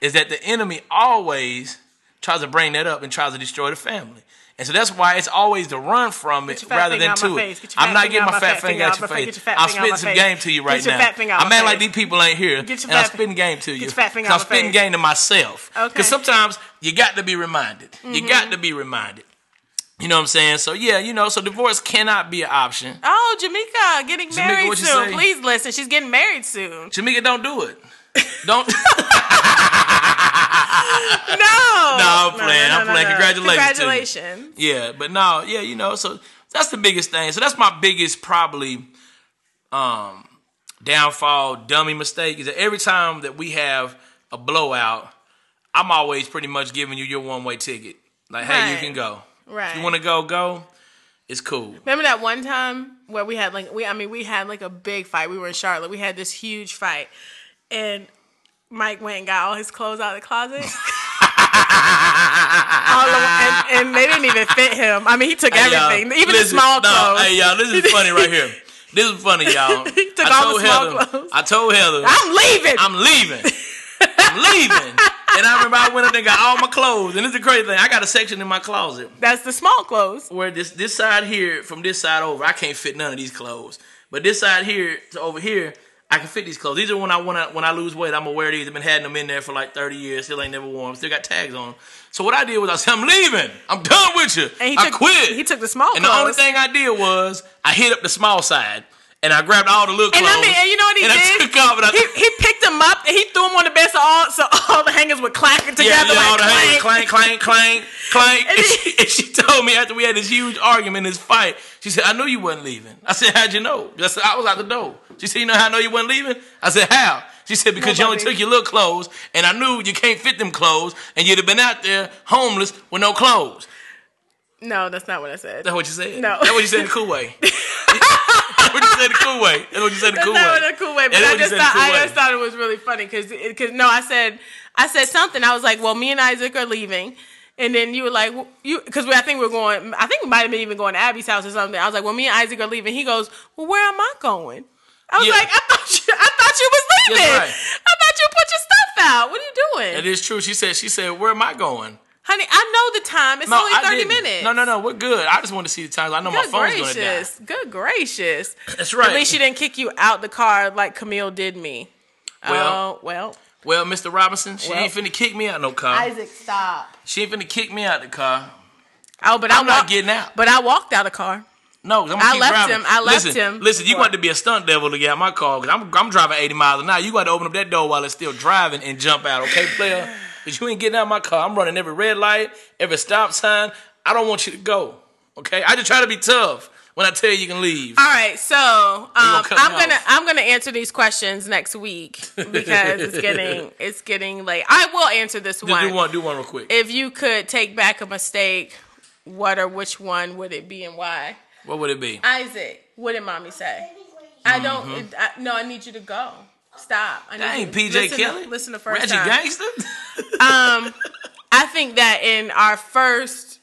A: is that the enemy always tries to bring that up and tries to destroy the family. And so that's why it's always to run from it
B: your fat
A: rather
B: finger
A: than
B: out my
A: to it.
B: face. Get your
A: I'm
B: fat
A: not
B: finger
A: getting
B: out
A: my fat
B: my
A: finger
B: fat finger
A: out
B: out
A: your
B: my face.
A: face.
B: Get your fat
A: I'm
B: finger out
A: spitting
B: my
A: some
B: face.
A: game to you
B: Get
A: right
B: your
A: now.
B: fat finger out
A: I'm
B: my
A: acting like
B: face.
A: these people ain't here.
B: Get your
A: And I'm
B: fat-
A: spitting game to you.
B: your fat finger
A: So
B: out
A: I'm
B: my
A: spitting
B: face.
A: game to myself.
B: Okay. Mm-hmm.
A: Because sometimes you got to be reminded. You got to be reminded. You know what I'm saying? So yeah, you know, so divorce cannot be an option.
B: Oh, Jamaica getting
A: Jamaica,
B: married
A: what you
B: soon.
A: say?
B: Please listen, she's getting married soon.
A: Jamaica, don't do it. Don't. no,
B: No, no,
A: I'm playing. I'm playing. Congratulations. to you.
B: Congratulations.
A: Yeah, but no, yeah, you know, so that's the biggest thing. So that's my biggest probably um downfall, dummy mistake is that every time that we have a blowout, I'm always pretty much giving you your one way ticket. Like, hey, you
B: Right.
A: can go.
B: Right.
A: If you want to go, go. It's cool.
B: Remember that one time where we had like we I mean we had like a big fight. We were in Charlotte. We had this huge fight, and Mike went and got all his clothes out of the closet. all of, and, and they didn't even fit him. I mean, he took
A: Hey, y'all,
B: everything, even
A: listen,
B: the small
A: no,
B: clothes.
A: Hey y'all, this is funny right here. This is funny, y'all.
B: He took
A: I
B: all
A: told
B: the small
A: Heather.
B: clothes.
A: I told Heather.
B: I'm leaving.
A: I'm leaving. I'm leaving. And I remember I went up there and got all my clothes. And this is the crazy thing. I got a section in my closet
B: That's the small clothes.
A: where this this side here from this side over, I can't fit none of these clothes. But this side here to over here, I can fit these clothes. These are when I when I when I lose weight, I'm gonna wear these. I've been having them in there for like 30 years. Still ain't never worn. them. Still got tags on. them. So what I did was I said, I'm leaving. I'm done with you.
B: And he
A: I
B: took,
A: quit.
B: He took the small
A: And the
B: clothes.
A: only thing I did was I hit up the small side and I grabbed all the little
B: and
A: clothes.
B: I mean, and you know what he
A: and
B: did?
A: I took off and I
B: he, he picked them up and he threw them on the bed so all so all the hangers were clacking together
A: yeah, yeah,
B: like
A: all the hangers,
B: clank.
A: clank, clank, clank, clank.
B: And
A: And she, and she told me after we had this huge argument, this fight, she said, I knew you wasn't leaving. I said, How'd you know? I said, I was out the door. She said, You know how I know you wasn't leaving? I said, How? She said, Because you only
B: Nobody.
A: took your little clothes, and I knew you can't fit them clothes, and you'd have been out there homeless with no clothes.
B: No, that's not what I said.
A: That's what you said.
B: No.
A: That's what you said in the cool way. That's what you said in the cool way. That's what you said in the
B: That's
A: cool
B: not
A: way.
B: in a cool way, but
A: That's
B: I
A: what you
B: just
A: said in a
B: thought
A: cool
B: I
A: way.
B: just thought it was really funny because because no, I said I said something. I was like, well, me and Isaac are leaving, and then you were like, well, you because I think we are going. I think we might have been even going to Abby's house or something. I was like, well, me and Isaac are leaving. He goes, well, where am I going? I was
A: Yeah.
B: like, I thought you, I thought you was
A: That's
B: leaving.
A: right.
B: I thought you put your stuff out. What are you
A: It
B: doing,
A: is true. She said, She said, Where am I going?
B: honey? I know the time. It's only
A: I
B: thirty
A: didn't.
B: minutes.
A: No, no, no. We're good. I just want to see the times. I know my
B: Good
A: phone's going to die.
B: gracious. Good gracious.
A: That's right.
B: At least she didn't kick you out the car like Camille did me.
A: Well-
B: Oh, well.
A: Well, Mr. Robinson, she
B: Well-
A: ain't finna kick me out no car.
B: Isaac, stop.
A: she ain't finna kick me out the car.
B: Oh, but
A: I'm
B: I
A: not
B: walked-
A: getting out.
B: But I walked out of the car.
A: No, 'cause I'm
B: I
A: gonna keep
B: left
A: driving.
B: him. I left
A: listen,
B: him.
A: Listen, you going to be a stunt devil to get out my car because I'm, I'm driving 80 miles an hour. You going to open up that door while it's still driving and jump out, okay, player? Because you ain't getting out of my car. I'm running every red light, every stop sign. I don't want you to go, okay? I just try to be tough when I tell you you can leave.
B: All right, so um,
A: gonna cut
B: I'm
A: me
B: gonna
A: off.
B: I'm gonna answer these questions next week because it's getting it's getting late. I will answer this
A: Do,
B: one.
A: do one, do one real quick.
B: If you could take back a mistake, what or which one would it be and why?
A: What would it be?
B: Isaac, what did mommy say? I don't. I, no, I need you to go. Stop. I need
A: That
B: you
A: ain't
B: to-
A: PJ
B: listen,
A: Kelly.
B: Listen the first
A: Reggie
B: time.
A: Gangster.
B: Um, I think that in our first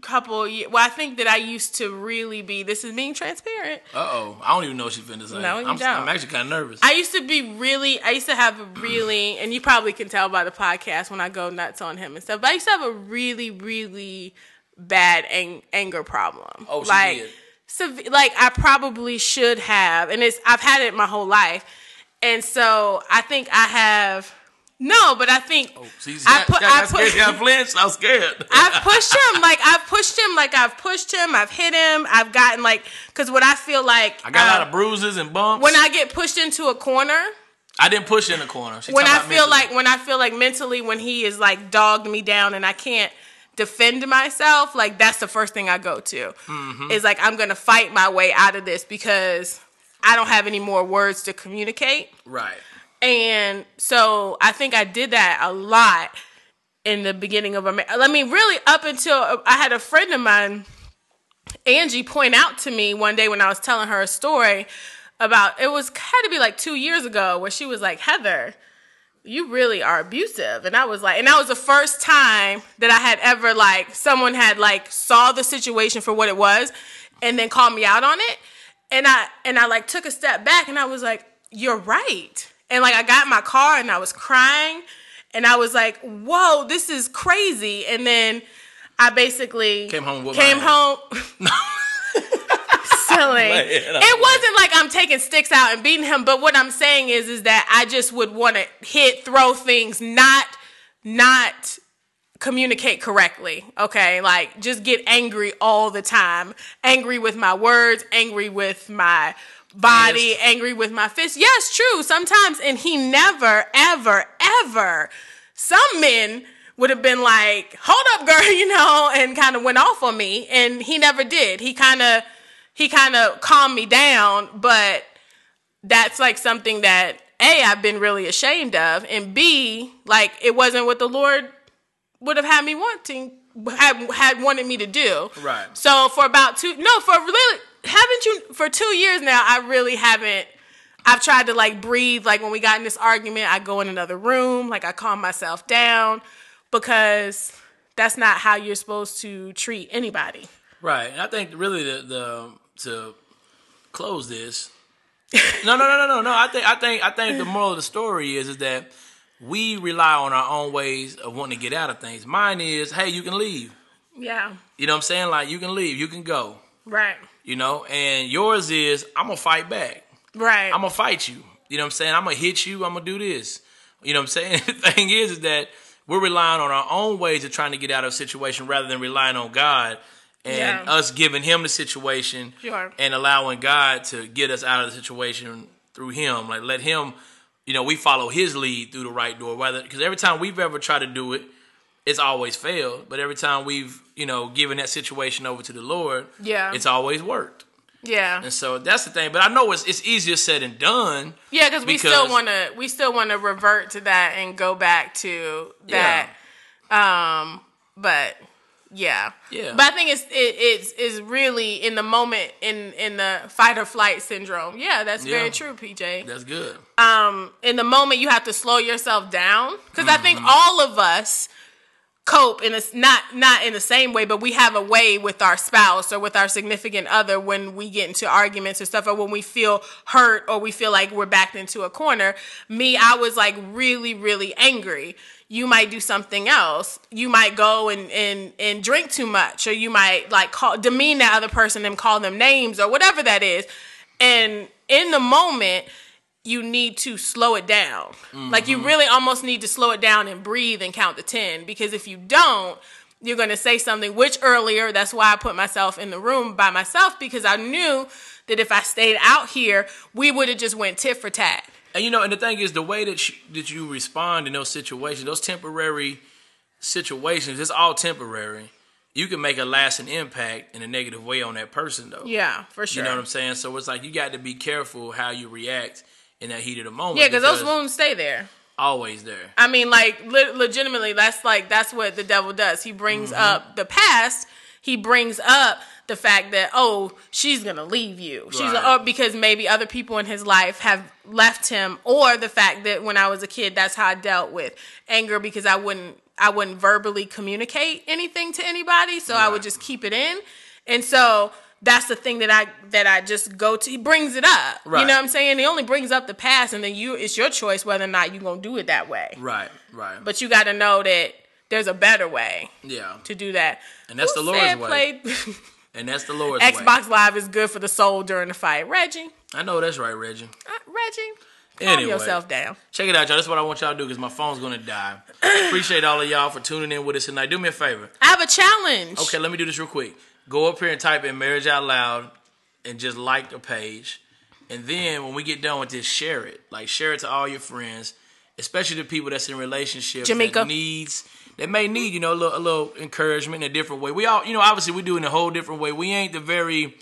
B: couple, ye- well, I think that I used to really be. This is being transparent.
A: uh oh, I don't even know what she's finna say.
B: No, you
A: I'm,
B: don't.
A: I'm actually kind of nervous.
B: I used to be really, I used to have a really, and you probably can tell by the podcast when I go nuts on him and stuff, but I used to have a really, really bad ang- anger problem.
A: Oh, she
B: like,
A: did.
B: sev- like, I probably should have, and it's, I've had it my whole life. And so I think I have, no, but I think
A: See, see,
B: I put, I
A: got
B: put,
A: scared. She got flinched. I was scared.
B: I've pushed him. Like I've pushed him. Like I've pushed him. I've hit him. I've gotten like because what I feel like
A: I got a
B: uh,
A: lot of bruises and bumps.
B: when I get pushed into a corner.
A: I didn't push in the corner. She
B: When
A: talking
B: I
A: about
B: feel
A: mentally.
B: like when I feel like mentally when he is like dogged me down and I can't defend myself. Like that's the first thing I go to.
A: Mm-hmm.
B: Is like I'm gonna fight my way out of this because I don't have any more words to communicate.
A: right.
B: And so I think I did that a lot in the beginning of America. I mean, really up until I had a friend of mine, Angie, point out to me one day when I was telling her a story about it was had to be like two years ago where she was like, Heather, you really are abusive. And I was like, and that was the first time that I had ever like someone had like saw the situation for what it was and then called me out on it. And I and I like took a step back and I was like, You're right. And like I got in my car and I was crying and I was like, Whoa, this is crazy. And then I basically
A: Came home and whooped
B: came
A: my ass.
B: home silly.
A: playing, I'm
B: It wasn't like I'm taking sticks out and beating him, but what I'm saying is is that I just would want to hit, throw things, not not communicate correctly. Okay? Like just get angry all the time. Angry with my words, angry with my body,
A: Fist.
B: angry with my fist. Yes, true. Sometimes and he never ever ever some men would have been like, "Hold up, girl," you know, and kind of went off on me, and he never did. He kind of he kind of calmed me down, but that's like something that A I've been really ashamed of, and B like it wasn't what the Lord would have had me wanting had, had wanted me to do.
A: Right.
B: So for about two no for really haven't you for two years now I really haven't I've tried to like breathe like when we got in this argument I go in another room like I calm myself down because that's not how you're supposed to treat anybody.
A: Right. And I think really the, the to close this. No, no, no, no, no, no. I think I think I think the moral of the story is is that we rely on our own ways of wanting to get out of things. Mine is, hey, you can leave.
B: Yeah.
A: You know what I'm saying? Like you can leave, you can go.
B: Right.
A: You know, and yours is I'm gonna fight back.
B: Right.
A: I'm gonna fight you. You know what I'm saying? I'm gonna hit you. I'm gonna do this. You know what I'm saying? the thing is, is that we're relying on our own ways of trying to get out of a situation rather than relying on God and
B: Yeah.
A: us giving Him the situation
B: Sure.
A: and allowing God to get us out of the situation through Him. Like let Him, you know, we follow His lead through the right door. Rather, because every time we've ever tried to do it, it's always failed. But every time we've, you know, given that situation over to the Lord,
B: Yeah.
A: it's always worked.
B: yeah.
A: And so that's the thing. But I know it's it's easier said than done.
B: Yeah, cause we still
A: because-
B: want to we still want to revert to that and go back to that. Um, but yeah,
A: Yeah.
B: But I think it's it, it's is really in the moment in in the fight or flight syndrome. Yeah, that's very
A: Yeah.
B: true, PJ.
A: That's good.
B: Um, in the moment you have to slow yourself down because I think all of us cope in a s not not in the same way but we have a way with our spouse or with our significant other when we get into arguments or stuff or when we feel hurt or we feel like we're backed into a corner me i was like really really angry you might do something else you might go and and and drink too much or you might like call demean that other person and call them names or whatever that is and in the moment you need to slow it
A: Mm-hmm.
B: down. Like you really almost need to slow it down and breathe and count to 10 because if you don't, you're going to say something, which earlier, that's why I put myself in the room by myself because I knew that if I stayed out here, we would have just went tit for tat.
A: And you know, and the thing is, the way that you, that you respond in those situations, those temporary situations, it's all temporary. You can make a lasting impact in a negative way on that person, though.
B: Yeah, for sure.
A: You know what I'm saying? So it's like you got to be careful how you react in that heat of the moment.
B: yeah, because those wounds stay there.
A: always there.
B: I mean, like le- legitimately, that's like that's what the devil does. He brings
A: Mm-hmm.
B: up the past. He brings up the fact that oh, she's gonna leave you. She's
A: Right.
B: oh, because maybe other people in his life have left him, or the fact that when I was a kid, that's how I dealt with anger because I wouldn't I wouldn't verbally communicate anything to anybody, so I
A: Right.
B: would just keep it in, and so. That's the thing that I that I just go to. He brings it up, you
A: Right.
B: know what I'm saying. He only brings up the past, and then you it's your choice whether or not you gonna do it that way
A: Right, right.
B: but you got to know that there's a better way
A: yeah,
B: to do that.
A: And that's
B: Who
A: the Lord's
B: said
A: way.
B: Play
A: and that's the Lord's way.
B: Xbox Live is good for the soul during the fight. Reggie,
A: I know that's right, Reggie.
B: uh, Reggie, calm
A: Anyway.
B: yourself down.
A: Check it out, y'all. That's what I want y'all to do because my phone's gonna die. Appreciate all of y'all for tuning in with us tonight. Do me a favor.
B: I have a challenge.
A: Okay, let me do this real quick. Go up here and type in marriage out loud and just like the page. And then when we get done with this, share it. Like share it to all your friends, especially the people that's in relationships
B: Jamaica.
A: that needs that may need, you know, a little, a little encouragement in a different way. We all, you know, obviously we do it in a whole different way. We ain't the very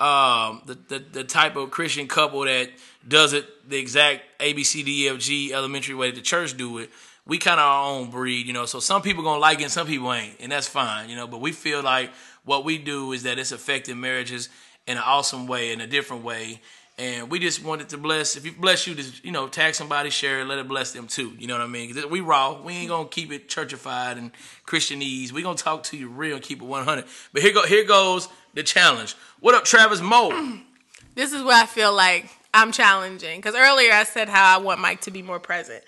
A: um the, the the type of Christian couple that does it the exact A B C D E F G elementary way that the church do it. We kind of our own breed, you know. So some people gonna like it, and some people ain't, and that's fine, you know. But we feel like what we do is that it's affecting marriages in an awesome way, in a different way. And we just wanted to bless. If you bless you, just you know, tag somebody, share it, let it bless them too. You know what I mean? 'Cause we raw. We ain't gonna keep it churchified and Christianese. We gonna talk to you real and keep it one hundred. But here go here goes the challenge. What up, Travis Moe?
B: This is where I feel like I'm challenging because earlier I said how I want Mike to be more present.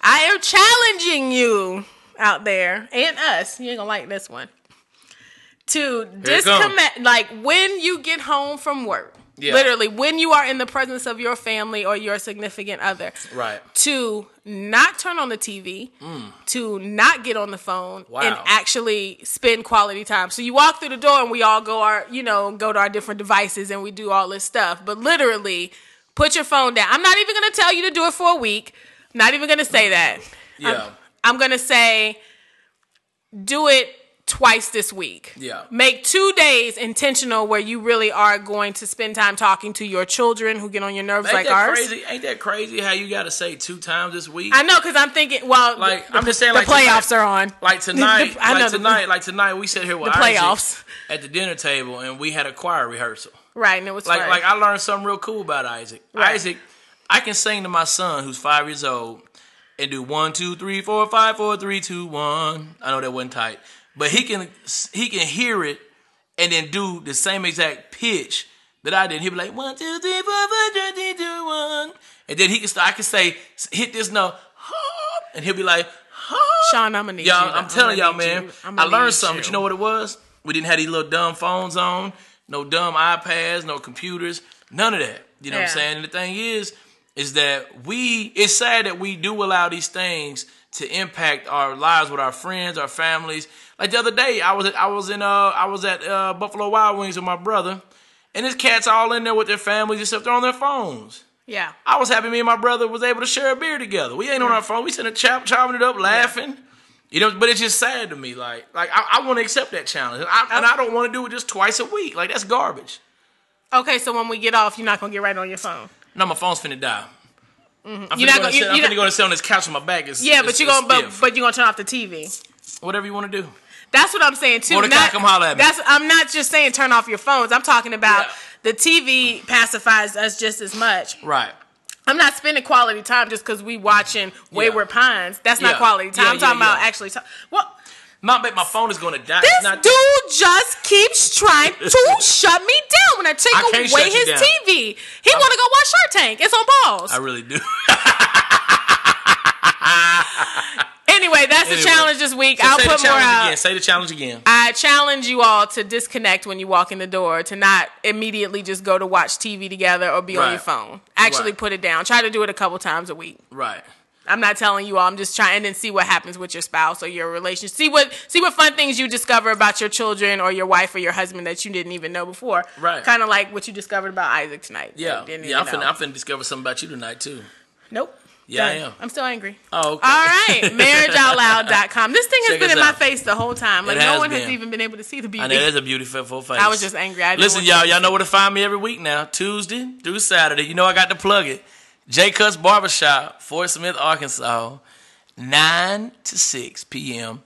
B: I am challenging you out there and us. You ain't gonna like this one. To
A: it come.
B: disconnect, like when you get home from work,
A: Yeah.
B: literally when you are in the presence of your family or your significant other,
A: Right.
B: to not turn on the TV, to not get on the phone,
A: Wow.
B: and actually spend quality time. So you walk through the door and we all go our, you know, go to our different devices and we do all this stuff. But literally, put your phone down. I'm not even going to tell you to do it for a week. Not even going to say that. I'm-
A: Yeah.
B: I'm going to say do it twice this week.
A: Yeah.
B: Make two days intentional where you really are going to spend time talking to your children who get on your nerves
A: Ain't
B: like
A: that
B: ours.
A: crazy? Ain't that crazy how you gotta say two times this week?
B: I know because I'm thinking. Well,
A: Like,
B: the,
A: I'm just saying,
B: the
A: like,
B: playoffs
A: tonight-
B: are on.
A: Like tonight,
B: The- I know
A: like
B: the-
A: tonight, like tonight, we sat here with
B: the
A: Isaac
B: playoffs.
A: at the dinner table, and we had a choir rehearsal.
B: right, and it was
A: Like,
B: fun.
A: like I learned something real cool about Isaac.
B: Right.
A: Isaac, I can sing to my son who's five years old and do one, two, three, four, five, four, three, two, one. I know that wasn't tight, but he can he can hear it and then do the same exact pitch that I did. He'd be like one, two, three, four, five, four, three, two, one, and then he can start. I can say hit this note, and he'll be like.
B: Sean, I'm gonna need you.
A: Y'all, I'm
B: to-
A: telling
B: gonna
A: y'all,
B: need
A: man.
B: you- I'm
A: I
B: gonna need
A: learned something. But you know what it was? We didn't have these little dumb phones on, no dumb iPads, no computers, none of that. You know what I'm
B: Yeah.
A: saying? And the thing is, is that we. It's sad that we do allow these things to impact our lives with our friends, our families. Like the other day, I was at, I was in uh I was at uh, Buffalo Wild Wings with my brother, and his cats all in there with their families, except they're on their phones.
B: Yeah,
A: I was happy me and my brother was able to share a beer together. We ain't on our phone. We sitting there chop, chopping it up, laughing. You know, but it's just sad to me. Like, like I, I want to accept that challenge, and I, and I don't want to do it just twice a week. Like that's garbage.
B: Okay, so when we get off, you're not gonna get right on your phone.
A: No, my phone's finna die. I'm
B: Mm-hmm. You're
A: finna go
B: not gonna-
A: to sit-
B: you-
A: I'm
B: you're
A: finna
B: not-
A: go to sit on this couch with my back. Is,
B: Yeah, but
A: is-
B: you're gonna
A: is
B: but,
A: stiff.
B: but you're gonna turn off the TV.
A: whatever you want to do.
B: That's what I'm saying too.
A: Mordecai,
B: Not-
A: come holler at me.
B: That's I'm not just saying turn off your phones. I'm talking about
A: Yeah.
B: the TV pacifies us just as much.
A: Right.
B: I'm not spending quality time just because we watching Wayward Pines. That's not
A: Yeah.
B: quality time.
A: Yeah,
B: I'm talking
A: yeah,
B: about
A: yeah.
B: actually. Talk- well,
A: Not that my phone is gonna die.
B: This
A: It's not
B: dude just keeps trying to shut me down when I take
A: I can't
B: away
A: shut you
B: his
A: down.
B: TV. He want to go watch Shark Tank. It's on pause.
A: I really do.
B: anyway, that's the
A: Anyway.
B: challenge this week. I'll
A: Say the
B: put more
A: challenge
B: out.
A: again. Say the challenge again.
B: I challenge you all to disconnect when you walk in the door, to not immediately just go to watch TV together or be on
A: Right.
B: your phone. Actually,
A: Right.
B: put it down. Try to do it a couple times a week.
A: Right.
B: I'm not telling you all. I'm just trying and see what happens with your spouse or your relationship. See what see what fun things you discover about your children or your wife or your husband that you didn't even know before.
A: Right.
B: Kind of like what you discovered about Isaac tonight.
A: Yeah,
B: You didn't
A: yeah. I'm
B: even
A: finna,
B: know.
A: I'm finna discover something about you tonight too.
B: Nope.
A: Yeah, I
B: Done.
A: am.
B: I'm still angry.
A: Oh, okay.
B: All right, marriageoutloud.com. This thing has
A: Check
B: been
A: us
B: in my
A: out.
B: face the whole time. Like
A: It
B: no
A: has
B: one has
A: been.
B: even been able to see the
A: I know
B: beauty.
A: that's a beautiful face.
B: I was just angry. I didn't
A: Listen,
B: want
A: y'all,
B: to-
A: y'all know where to find me every week now. Tuesday through Saturday. You know I got to plug it. J Cuts Barbershop, Fort Smith, Arkansas, 9 to 6 p.m.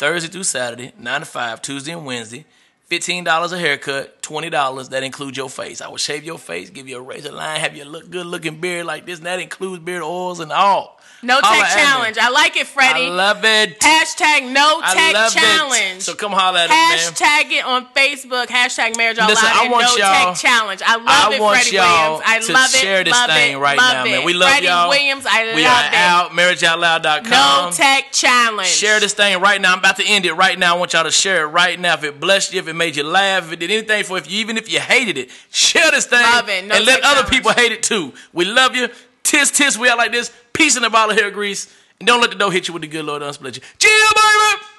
A: Thursday through Saturday, 9 to 5, Tuesday and Wednesday. $15 a haircut, $20. That includes your face. I will shave your face, give you a razor line, have you a look good looking beard like this, and that includes beard oils and all.
B: No
A: Holla
B: tech
A: at me.
B: challenge. I like it,
A: I
B: Freddie.
A: love it.
B: Hashtag no
A: I
B: tech
A: love
B: challenge.
A: it. So come holler at us, man.
B: Hashtag it on Facebook. Hashtag marriage all
A: Listen, I
B: out and
A: want
B: no
A: y'all-
B: tech challenge. I love
A: I
B: it,
A: want
B: Freddie
A: y'all
B: Williams. I
A: to
B: love it.
A: share this
B: love
A: thing
B: it,
A: right
B: love
A: now,
B: it.
A: man. We love
B: Freddie
A: y'all.
B: Williams. I
A: We
B: love
A: are
B: it.
A: out. MarriageOutloud.com.
B: No tech challenge.
A: Share this thing right now. I'm about to end it right now. I want y'all to share it right now. If it blessed you, if it made you laugh, if it did anything for, if you even if you hated it, share this thing
B: Love it. No
A: and let
B: tech
A: other
B: challenge.
A: people hate it too. We love you. Tis tis. We are like this. Peace in a bottle of hair grease, and don't let the dough hit you with the good Lord unsplit you. Jill, baby.